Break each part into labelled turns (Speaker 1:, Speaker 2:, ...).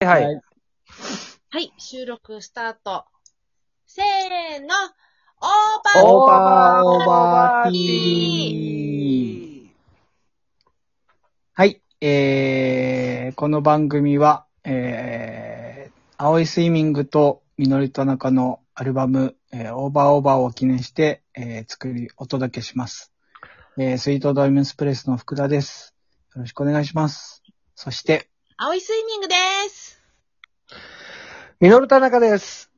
Speaker 1: はい。
Speaker 2: はい
Speaker 3: はい、収録スタート。せーの、
Speaker 1: オー
Speaker 3: オー
Speaker 1: バ
Speaker 3: バ
Speaker 1: ー
Speaker 3: ー
Speaker 1: オーバー
Speaker 2: TV はい、えー、この番組は、えー、青いスイミングとみのりと中のアルバム、えー、オーバーオーバーを記念して、えー、作り、お届けします。えー、スイートドイムスプレスの福田です。よろしくお願いします。そして、
Speaker 3: 青いスイミングです。
Speaker 1: ミノル田中です。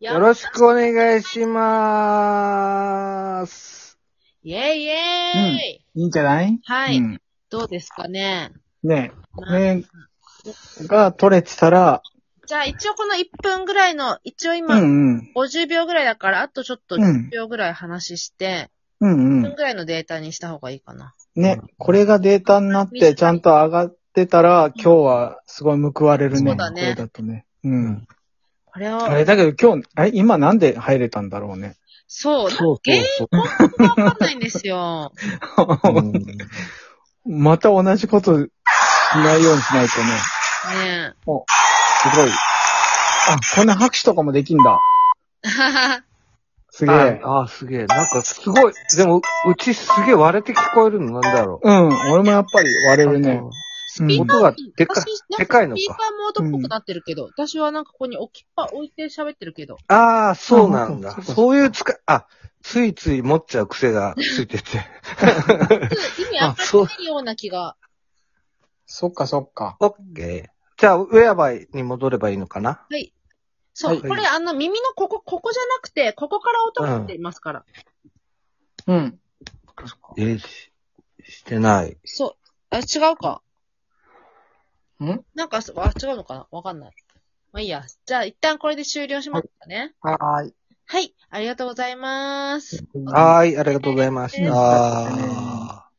Speaker 1: よろ
Speaker 3: し
Speaker 1: しくお願いしまーす。
Speaker 3: イェイイェーイ、
Speaker 2: いいんじゃない
Speaker 3: はい、
Speaker 2: うん、
Speaker 3: どうですかね。
Speaker 2: ねこれが取れてたら、
Speaker 3: じゃあ一応この1分ぐらいの、一応
Speaker 2: う
Speaker 3: 今
Speaker 2: んうん。
Speaker 3: 50秒ぐらいだから、あとちょっと
Speaker 2: うん
Speaker 3: 10秒ぐらい話して、
Speaker 2: うんう
Speaker 3: 1
Speaker 2: ん
Speaker 3: 分。ぐらいのデータにした方がいいかな。
Speaker 2: ね、これがデータになってちゃんと上がってたら、今日はすごい報われるね。
Speaker 3: そうだね
Speaker 2: これだとね。うん。
Speaker 3: これを、
Speaker 2: あれだけど今日、あれ今なんで入れたんだろうね。
Speaker 3: そう、
Speaker 1: そう
Speaker 3: 原因
Speaker 1: そう
Speaker 3: わかんないんです よ。
Speaker 1: そう。うん
Speaker 2: また同じことしないようにしないとね。
Speaker 3: ね
Speaker 2: すごい。あ、こんな拍手とかもできんだ。
Speaker 3: え。ははは
Speaker 2: すげ
Speaker 1: あ
Speaker 2: え。
Speaker 1: あ、すげえ。なんかすごい。でも、うちすげえ割れて聞こえるのなんだろ
Speaker 2: うん、俺もやっぱり割
Speaker 1: う。
Speaker 2: れるね。
Speaker 3: スピーカー
Speaker 1: 音がでか
Speaker 3: 私なん
Speaker 1: でかいの
Speaker 3: スピーカ
Speaker 1: か。
Speaker 3: ーモードっぽくなってるけど、私はなんかここに置きっぱ置いて喋ってるけど。
Speaker 1: ああ、そうなんだ
Speaker 2: あそう。そう
Speaker 1: そういう使い、あ、ついつい持っちゃう癖がついてて。
Speaker 3: 意味わかんないような気が。
Speaker 2: そっかそっか。
Speaker 1: オッケー。じゃあ、ウェアバイに戻ればいいのかな
Speaker 3: はい。そ
Speaker 1: は
Speaker 3: う、
Speaker 1: い
Speaker 3: これあの耳のここ、ここじゃなくて、ここから音が出てますから。
Speaker 2: うん。
Speaker 1: えーし、してない。
Speaker 3: そう。あ、違うか。
Speaker 2: ん
Speaker 3: なんか、そあ、違うのかなわかんない。まあいいや。じゃあ、一旦これで終了しますかね。
Speaker 2: はーい。
Speaker 3: はい。ありがとうございます。
Speaker 1: はーい、ありがとうございまし
Speaker 3: うん
Speaker 1: た。